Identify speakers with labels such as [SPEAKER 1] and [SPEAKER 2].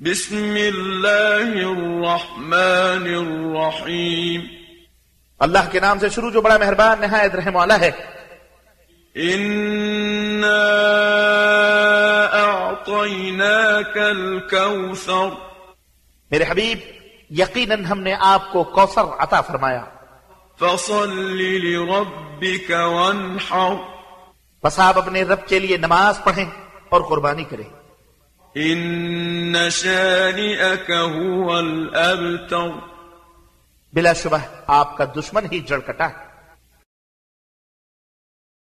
[SPEAKER 1] بسم الله الرحمن الرحيم
[SPEAKER 2] अल्लाह के नाम से शुरू जो बड़ा मेहरबान नहायत रहम वाला है
[SPEAKER 1] إنا أعطيناك الكوثر
[SPEAKER 2] मेरे हबीब यकीनन हमने आपको कौसर अता फरमाया
[SPEAKER 1] فصل لربك وانحر
[SPEAKER 2] बस आप अपने रब के लिए नमाज पढ़ें और कुर्बानी करें
[SPEAKER 1] إن شانئك هو الأبتر
[SPEAKER 2] बिलाशुबह आपका दुश्मन ही जड़कटा है